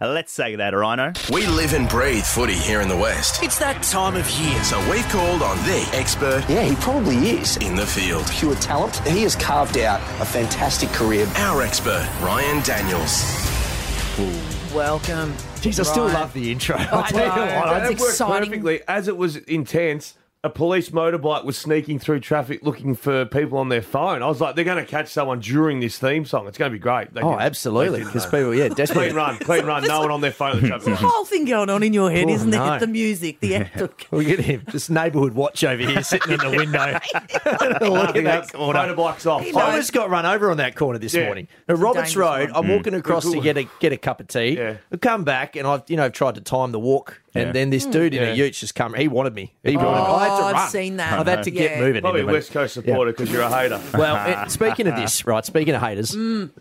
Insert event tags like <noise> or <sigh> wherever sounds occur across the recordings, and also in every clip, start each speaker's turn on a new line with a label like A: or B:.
A: Let's say that, Rhino.
B: We live and breathe footy here in the West.
C: It's that time of year.
B: So we've called on the expert
D: Yeah, he probably is.
B: in the field.
D: Pure talent. He has carved out a fantastic career.
B: Our expert, Ryan Daniels.
C: Welcome.
A: Jeez, I still
C: Ryan.
A: love the intro.
C: I
A: I'll tell you
C: know.
A: what,
E: Oh,
C: That's
A: I-
F: it worked
C: exciting.
F: perfectly. As it was intense, a police motorbike was sneaking through traffic looking for people on their phone. I was like, they're going to catch someone during this theme song. It's going to be great. They
E: Oh,
F: did-
E: absolutely.
F: they did,
E: Because
F: though.
E: people, yeah,
F: Clean
E: desperate.
F: run, clean run. No one on their phone at the
E: <laughs>
F: traffic light.
C: Whole thing going on in your head,
E: Oh,
C: isn't
E: no.
C: it? The
E: <laughs>
C: music, the epic.
E: Look at him, this neighbourhood watch over here sitting in the window. <laughs> Look at
F: Fucking
E: that
F: hell,
E: corner.
F: Motorbike's off.
C: He
E: I
C: knows.
F: Fire-
E: almost got run over on that corner this
F: Yeah.
E: morning. Now,
C: a
E: Roberts
C: dangerous
E: Road,
C: one.
E: I'm walking across
F: Good
E: to
F: one.
E: get a get a cup of tea.
F: Yeah.
E: I come back and I've you know tried to time the walk,
A: Yeah.
E: and then this dude in
F: Yeah.
E: a ute just come. He wanted me. He wanted me. I had to
C: Oh, I've
E: run.
C: seen that.
E: I've had to get
C: Yeah.
E: moving.
F: Probably a
E: in a minute.
F: West Coast supporter because you're a hater.
E: <laughs> Well, it- speaking of this, right? Speaking of haters,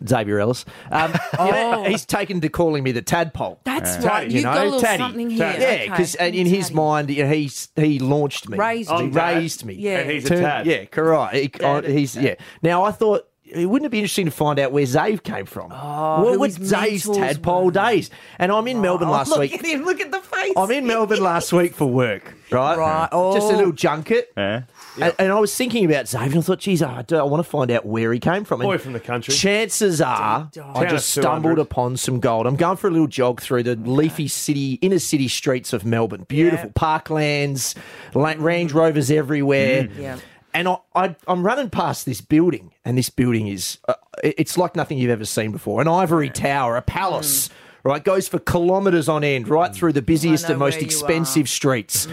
E: Xavier Ellis, um, you know,
C: Oh.
E: he's taken to calling me the tadpole.
C: That's
F: Uh,
C: right.
F: Taddy,
C: You've
F: you
C: got a
E: know,
C: little
E: Taddy.
C: something here.
F: Taddy.
E: Yeah,
C: Okay.
E: because in his
C: Taddy.
E: mind, you know, he's he launched me,
C: Raised
E: he
C: you.
E: raised me,
C: Yeah.
F: And he's a
E: Turned-
F: tad.
E: yeah, correct. He-
C: Dad.
E: I- he's yeah. Now I thought, wouldn't it be interesting to find out where Zave came from? Oh,
C: who
E: what was
C: his
E: Zave's
C: mentors
E: tadpole
C: were.
E: days? And I'm in Melbourne
C: Oh,
E: last
C: look
E: week.
C: at him. Look at the face.
E: I'm in Melbourne last week for work, right?
C: Right.
E: Just a
C: Oh.
E: little junket.
A: Yeah.
E: And, and I was thinking about Zave, and I thought, geez, I, do- I want to find out where he came from. And
F: Boy from the country.
E: Chances are,
C: Dog.
E: I
F: Town
E: just
F: of 200.
E: stumbled upon some gold. I'm going for a little jog through the leafy city, inner city streets of Melbourne. Beautiful parklands, la- Range Rovers everywhere.
C: Yeah.
E: And I, I, I'm running past this building, and this building is, uh, it- it's like nothing you've ever seen before. An ivory tower, a palace. Right, goes for kilometres on end, right through the busiest
C: know
E: and most
C: where you are.
E: expensive
F: <laughs>
E: streets.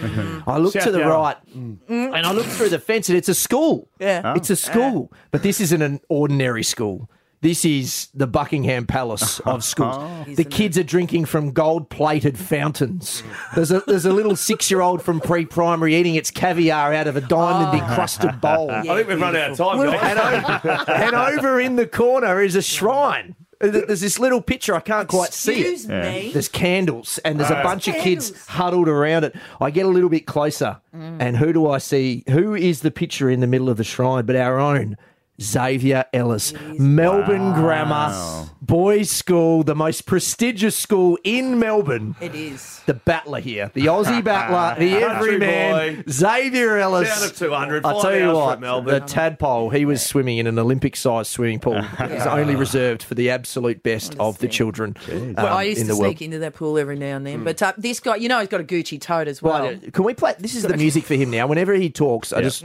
E: I look to
F: Mm. South
E: the
F: Yarra. Mm.
E: right, and I look through the fence, and it's a school.
C: Yeah. Oh.
E: It's a school. But this isn't an ordinary school. This is the Buckingham
F: <laughs>
E: Palace of
F: Oh.
E: schools. the kids are drinking from gold plated fountains. There's a, there's a little six year old from pre primary eating its caviar out of a diamond
F: Oh.
E: encrusted
F: <laughs>
E: bowl.
F: I think we've run out of time.
E: Well,
F: guys.
E: and, over, and over in the corner is a shrine. Th- There's this little picture. I can't quite see it.
C: Excuse me.
E: There's candles, and there's a bunch of
C: Candles. Mm.
E: kids huddled around it. I get a little bit closer, and who do I see? Who is the picture in the middle of the shrine but our own? Xavier Ellis, Melbourne Grammar Boys School, the most prestigious school in Melbourne.
C: It is.
E: The battler here, the Aussie
F: <laughs>
E: battler, the
F: Country
E: everyman,
F: boy.
E: Xavier Ellis.
F: Down to 200.
E: I
F: Five
E: tell you
F: hours
E: what,
F: from Melbourne.
E: the tadpole, he was swimming in an Olympic sized swimming pool. It was
F: <laughs>
E: only reserved for the absolute best of the children um,
C: I used
E: in
C: to
E: the world. Hmm.
C: sneak into that pool every now and then, but uh, this guy, you know, he's got a Gucci tote as well.
E: Right, can we play? This is
F: <laughs>
E: the music for him now. Whenever he talks, I just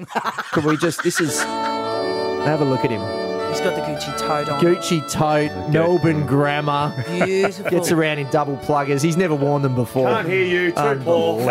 E: can we just this is. Have a look at him.
C: He's got the Gucci tote on.
E: Gucci tote, Melbourne grammar.
C: Beautiful.
E: Gets around in double pluggers. He's never worn them before.
F: Can't hear you. Too poor.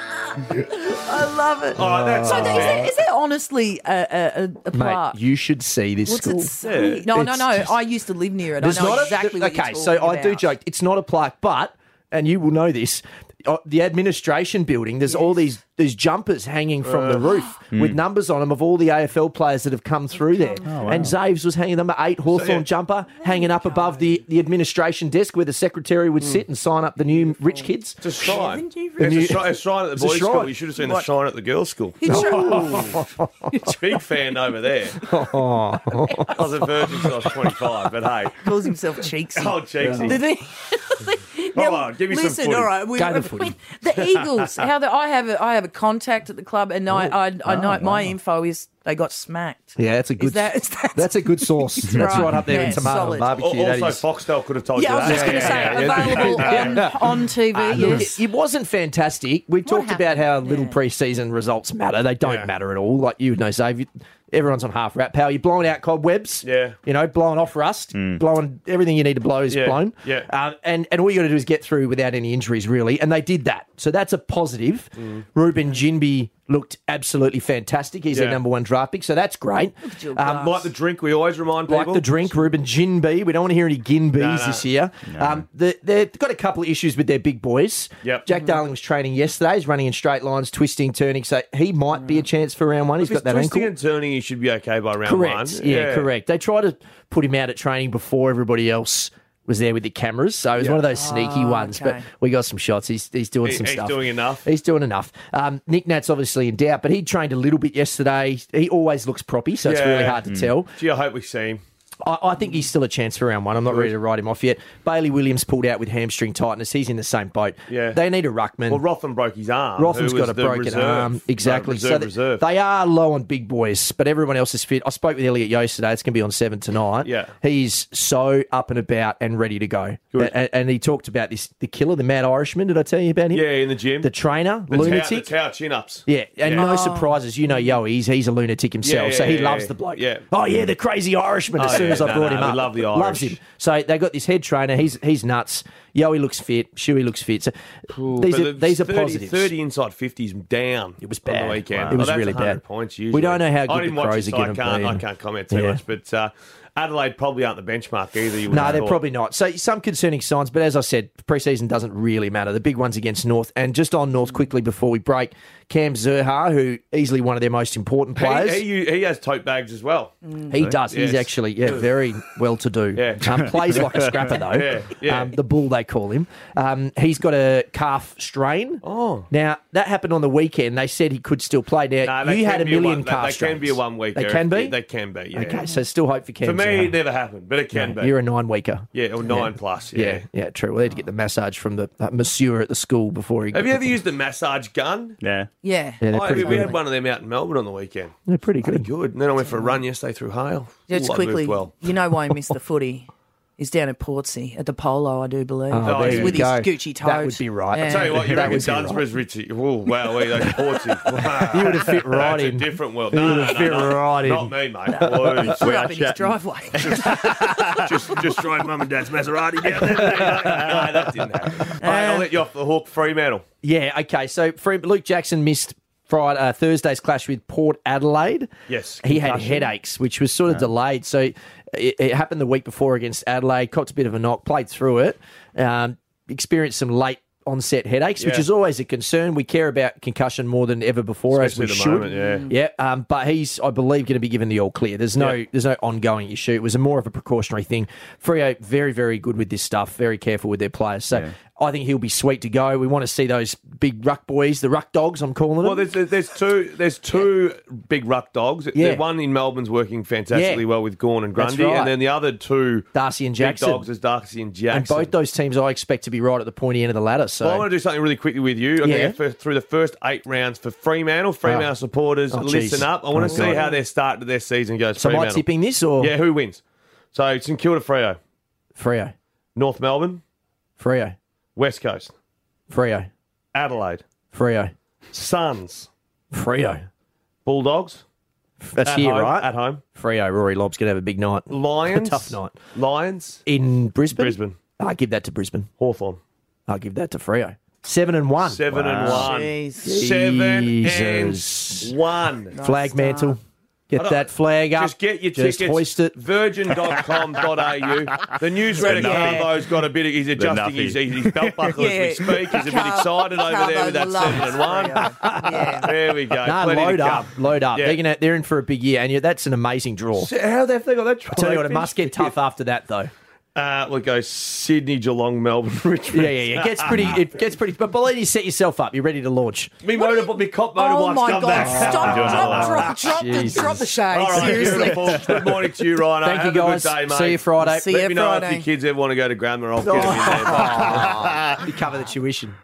C: I love it.
F: Oh, that's
C: so is there, is there honestly a, a, a, a
E: Mate,
C: plaque?
E: you should see this
C: What's
E: school.
C: it say? No, no,
E: It's
C: no.
E: just-
C: I used to live near it. I
E: There's
C: know
E: not a-
C: exactly
E: th-
C: what you're
E: Okay, so
C: talking
E: I do
C: about.
E: joke. It's not a plaque, but and you will know this. uh, The administration building. There's all these these jumpers hanging from the roof with numbers on them of all the AFL players that have come through there. And Zaves was hanging number eight Hawthorn
F: yeah.
E: jumper hanging up above the, the administration desk where the secretary would sit and sign up the new rich kids.
F: It's a shrine.
C: Haven't you
F: It's
E: really-
F: a shrine, a shrine at
E: It's
F: the
E: a
F: boys' school.
E: shrine.
F: You should have seen the shrine at the girls' school.
C: It's true.
E: <laughs>
F: <laughs> Big fan over there.
E: Oh.
F: I was a virgin till I was 25,
E: <laughs>
F: but hey.
C: calls himself Cheeksy.
F: Oh, Cheeksy.
C: Did <laughs> he? Now,
F: Come on, give me some
C: listen,
F: footy.
C: all right. We,
E: Go to
C: I
E: footy.
C: mean,
E: <laughs>
C: the Eagles. How the, I have a, I have a contact at the club, and I I, I know my info is they got smacked.
E: Oh, Yeah, that's a good.
C: Is that- is that-
E: that's a good <laughs> sauce. that's right,
C: right.
E: up there
C: Yeah,
E: in tomato
C: solid.
E: and
F: Al-
E: barbecue. that
F: Also,
E: is.
F: Foxtel could have
C: <laughs>
F: told
C: Yeah, I
F: you
C: was just
F: that.
C: going to say
E: <laughs>
C: available on, on TV.
F: Ah,
E: Look,
C: yes.
E: It wasn't fantastic. We talked about how
C: happened?
E: little
C: Yeah.
E: preseason results matter. They don't
F: Yeah.
E: matter at all. Like you would know, Save. Everyone's on half rat power. You're blowing out cobwebs.
F: Yeah. Hmm.
E: You know, blowing off rust, blowing everything you need to blow is
F: Yeah.
E: blown.
F: Yeah.
E: Um, and, and all you got to do is get through without any injuries, really. And they did that. So that's a positive.
F: Hmm.
E: Ruben Jinby looked absolutely fantastic. He's
F: Yeah.
E: their number one draft pick. So that's great.
C: your
E: Um,
F: Like the drink, we always remind people.
E: like the drink, Ruben Gin B. We don't want to hear any gin bees
F: no.
E: this year. Um, the, they've got a couple of issues with their big boys.
F: Yep.
E: Jack Darling was training yesterday. He's running in straight lines, twisting, turning. So he might be a chance for round one. He's
F: If
E: got that
F: twisting
E: ankle.
F: and turning, you should be okay by round one.
E: Correct. Yeah, correct. They try to put him out at training before everybody else was there with the cameras. So it was one of those sneaky ones.
C: okay.
E: But we got some shots. He's, he's doing
F: He-
E: some
F: he's
E: stuff.
F: doing enough.
E: He's doing enough. Um, Nick Nat's obviously in doubt, but he trained a little bit yesterday. He always looks proppy, so it's
F: Yeah. Mm.
E: really hard to tell.
F: Gee, I hope we see him.
E: I, I think he's still a chance for round one. I'm not ready to write him off yet. Bailey Williams pulled out with hamstring tightness. He's in the same boat.
F: Yeah.
E: They need a ruckman.
F: Well, Rotham broke his arm.
E: Rotham's
F: who was
E: got a
F: the
E: broken
F: reserve-
E: arm. Exactly.
F: No,
E: so
F: reserve,
E: they,
F: reserve.
E: they are low on big boys, but everyone else is fit. I spoke with Elliot yesterday. It's going to be on seven tonight.
F: Yeah.
E: He's so up and about and ready to go.
F: Good.
E: A- a- And, he talked about this the killer, the mad Irishman. Did I tell you about him?
F: yeah, in the gym.
E: The trainer,
F: the Tau, the
E: lunatic.
F: tau chin ups.
E: Yeah, and
F: Yeah. Oh.
E: no surprises. You know, yo, he's he's a lunatic himself,
F: Yeah, yeah,
E: so he
F: yeah,
E: loves
F: yeah.
E: the bloke.
F: Yeah.
E: Oh yeah, the crazy Irishman. As
F: Oh,
E: soon
F: yeah.
E: as I
F: No,
E: brought
F: no,
E: him
F: we
E: up,
F: love the
E: loves
F: Irish.
E: him. So they got this head trainer. He's he's nuts. Yo, he looks fit. Shuey looks fit. So these
F: But
E: are
F: the
E: these are
F: 30
E: positives.
F: 30 inside 50s down. It
E: was bad.
F: On the weekend.
E: Wow. It was
F: Oh, that's
E: really
F: 100
E: bad.
F: Points
E: We
F: usually.
E: don't know how good
F: I
E: the
F: didn't watch
E: Crows
F: it,
E: are
F: so I
E: gonna
F: can't,
E: be,
F: I
E: and-
F: can't comment too
E: Yeah.
F: much. But uh, Adelaide probably aren't the benchmark either. You would
E: No,
F: have
E: they're
F: thought.
E: probably not. So some concerning signs, but as I said, preseason doesn't really matter. The big ones against North, and just on North quickly before we break, Cam Zerha, who easily one of their most important players.
F: He, he, he has tote bags as well.
E: He does. He's
F: Yes.
E: actually yeah, very well to do.
F: Yeah.
E: Um, plays like a
F: <laughs>
E: scrapper though.
F: Yeah, yeah.
E: Um, the bull they call him. Um, he's got a calf strain.
F: Oh.
E: Now that happened on the weekend. They said he could still play. Now
F: No, they
E: you
F: can
E: had a
F: be one-
E: million
F: they-
E: calf
F: They
E: strains.
F: can be a one week.
E: They can be.
F: They can be. Yeah.
E: Okay, so still hope for Cam.
F: For me,
E: Zerha.
F: it never happened, but it can be.
E: you're a nine weeker.
F: yeah, or nine plus. Yeah.
E: Yeah, yeah, true. Well, they had to get the massage from the uh, masseur at the school before he.
F: Have you ever used a massage gun?
A: Yeah.
C: Yeah.
E: Yeah, they're
F: I,
E: pretty
F: we, we
E: good.
F: had one of them out in Melbourne on the weekend.
E: They're pretty good.
F: Good. And then I went for a run yesterday through Hale.
C: Just
F: Ooh, I moved
C: quickly,
F: well.
C: you know why
E: <laughs>
C: he missed the footy. He's down at Portsea at the Polo, I do believe.
F: Oh, there
C: He's
F: you
C: with
E: go.
C: his Gucci toes.
E: That would be right. I'll
F: Tell you
C: <laughs>
F: what, you
E: That
F: reckon
E: was it, right?
F: Dunsborough's Richie? Ooh, wow, we
E: <laughs>
F: those Portsy. Wow.
E: You would have fit right
F: That's
E: in.
F: a different world.
E: You
F: No,
E: would
F: no,
E: have
F: no,
E: fit
F: no,
E: right
F: Not
E: in.
F: me,
E: <laughs>
F: mate. Boy,
C: Put
F: we
C: up
F: are
C: in his
F: chatting.
C: driveway.
F: Just, just drive mum and dad's Maserati down there. <laughs> no, that didn't happen. Mate,
E: Uh,
F: I'll let you off the hook, Fremantle.
E: Yeah, okay. So Fre- Luke Jackson missed Friday, uh, Thursday's clash with Port Adelaide.
F: Yes,
E: He had
F: concussion.
E: headaches, which was sort of delayed. So it, it happened the week before against Adelaide, copped a bit of a knock, played through it, um, experienced some late onset headaches, which
F: Yeah.
E: is always a concern. We care about concussion more than ever before,
F: Especially
E: as we
F: at the
E: should.
F: moment,
E: yeah, um, but he's, I believe, going to be given the all clear. There's no,
F: Yeah.
E: there's no ongoing issue. It was a more of a precautionary thing. Frio very, very good with this stuff. Very careful with their players. So I think he'll be sweet to go. We want to see those big ruck boys, the ruck dogs. I'm calling them.
F: Well, there's there's two there's two big ruck dogs.
E: Yeah.
F: The one in Melbourne's working fantastically
E: Yeah.
F: well with Gorn and
E: That's
F: Grundy,
E: right.
F: and then the other two
E: Darcy and
F: big
E: Jackson.
F: dogs is Darcy and Jackson.
E: and both those teams I expect to be right at the pointy end of the ladder. So
F: Well, I want to do something really quickly with you. Okay,
E: Yeah.
F: for, through the first eight rounds for Fremantle, Fremantle
E: Ah.
F: supporters,
E: Oh, geez.
F: listen up. I want
E: Oh,
F: to see
E: God.
F: how their start to their season goes.
E: so am I
F: Fremantle.
E: tipping this or
F: Yeah, who wins? So St Kilda, Freo,
E: Frio,
F: North Melbourne,
E: Frio,
F: West Coast,
E: Frio,
F: Adelaide,
E: Frio,
F: Suns,
E: Frio?
F: Bulldogs.
E: That's
F: at
E: here,
F: home,
E: right? <laughs>
F: At home,
E: Frio, Rory Lobb's gonna have a big night
F: Lions.
E: Tough night.
F: Lions,
E: in Brisbane.
F: Brisbane,
E: I give that to Brisbane.
F: Hawthorn.
E: I'll give that to Frio. Seven and one.
F: Seven and one.
C: Jeez.
F: Seven
E: Jesus.
F: and one.
E: Flag mantle. Get that flag up.
F: Just get your
E: Just
F: tickets.
E: hoist it. <laughs>
F: Virgin.com.au. The newsreader
A: The nuffy.
F: Carbo's got a bit of, he's adjusting
A: nuffy.
F: his,
E: <laughs>
F: his belt buckle as we
C: Yeah.
F: speak. He's a bit excited over there with that
C: Carbo
F: seven and one.
C: loves Yeah.
F: <laughs> There we go.
E: Nah,
F: Plenty to
E: load up,
F: come.
E: load up.
F: Yeah.
E: They're gonna, they're in for a big year, and yeah, that's an amazing draw.
F: How the have they got that?
E: I tell you what, it must get tough after that, though.
F: Uh, we'll go Sydney, Geelong, Melbourne, <laughs> Richmond.
E: Yeah, yeah, yeah. It gets pretty. It gets pretty. But believe you set yourself up. You're ready to launch.
F: Me, motorbike, me cop motorbike's
C: Oh my
F: come
C: God!
F: back.
C: Stop!
A: doing
C: drop,
A: another
C: drop, drop, the,
E: Jesus.
C: drop the shade.
F: All right,
C: Seriously.
F: beautiful. Good morning to you, Ryan.
E: Thank you,
F: Have
E: guys.
F: A good day, mate.
E: See you Friday. Oh.
C: See
F: Let
C: you
F: me know if
C: Friday.
F: your kids ever want to go to grammar. I'll get them in there.
E: You cover the tuition.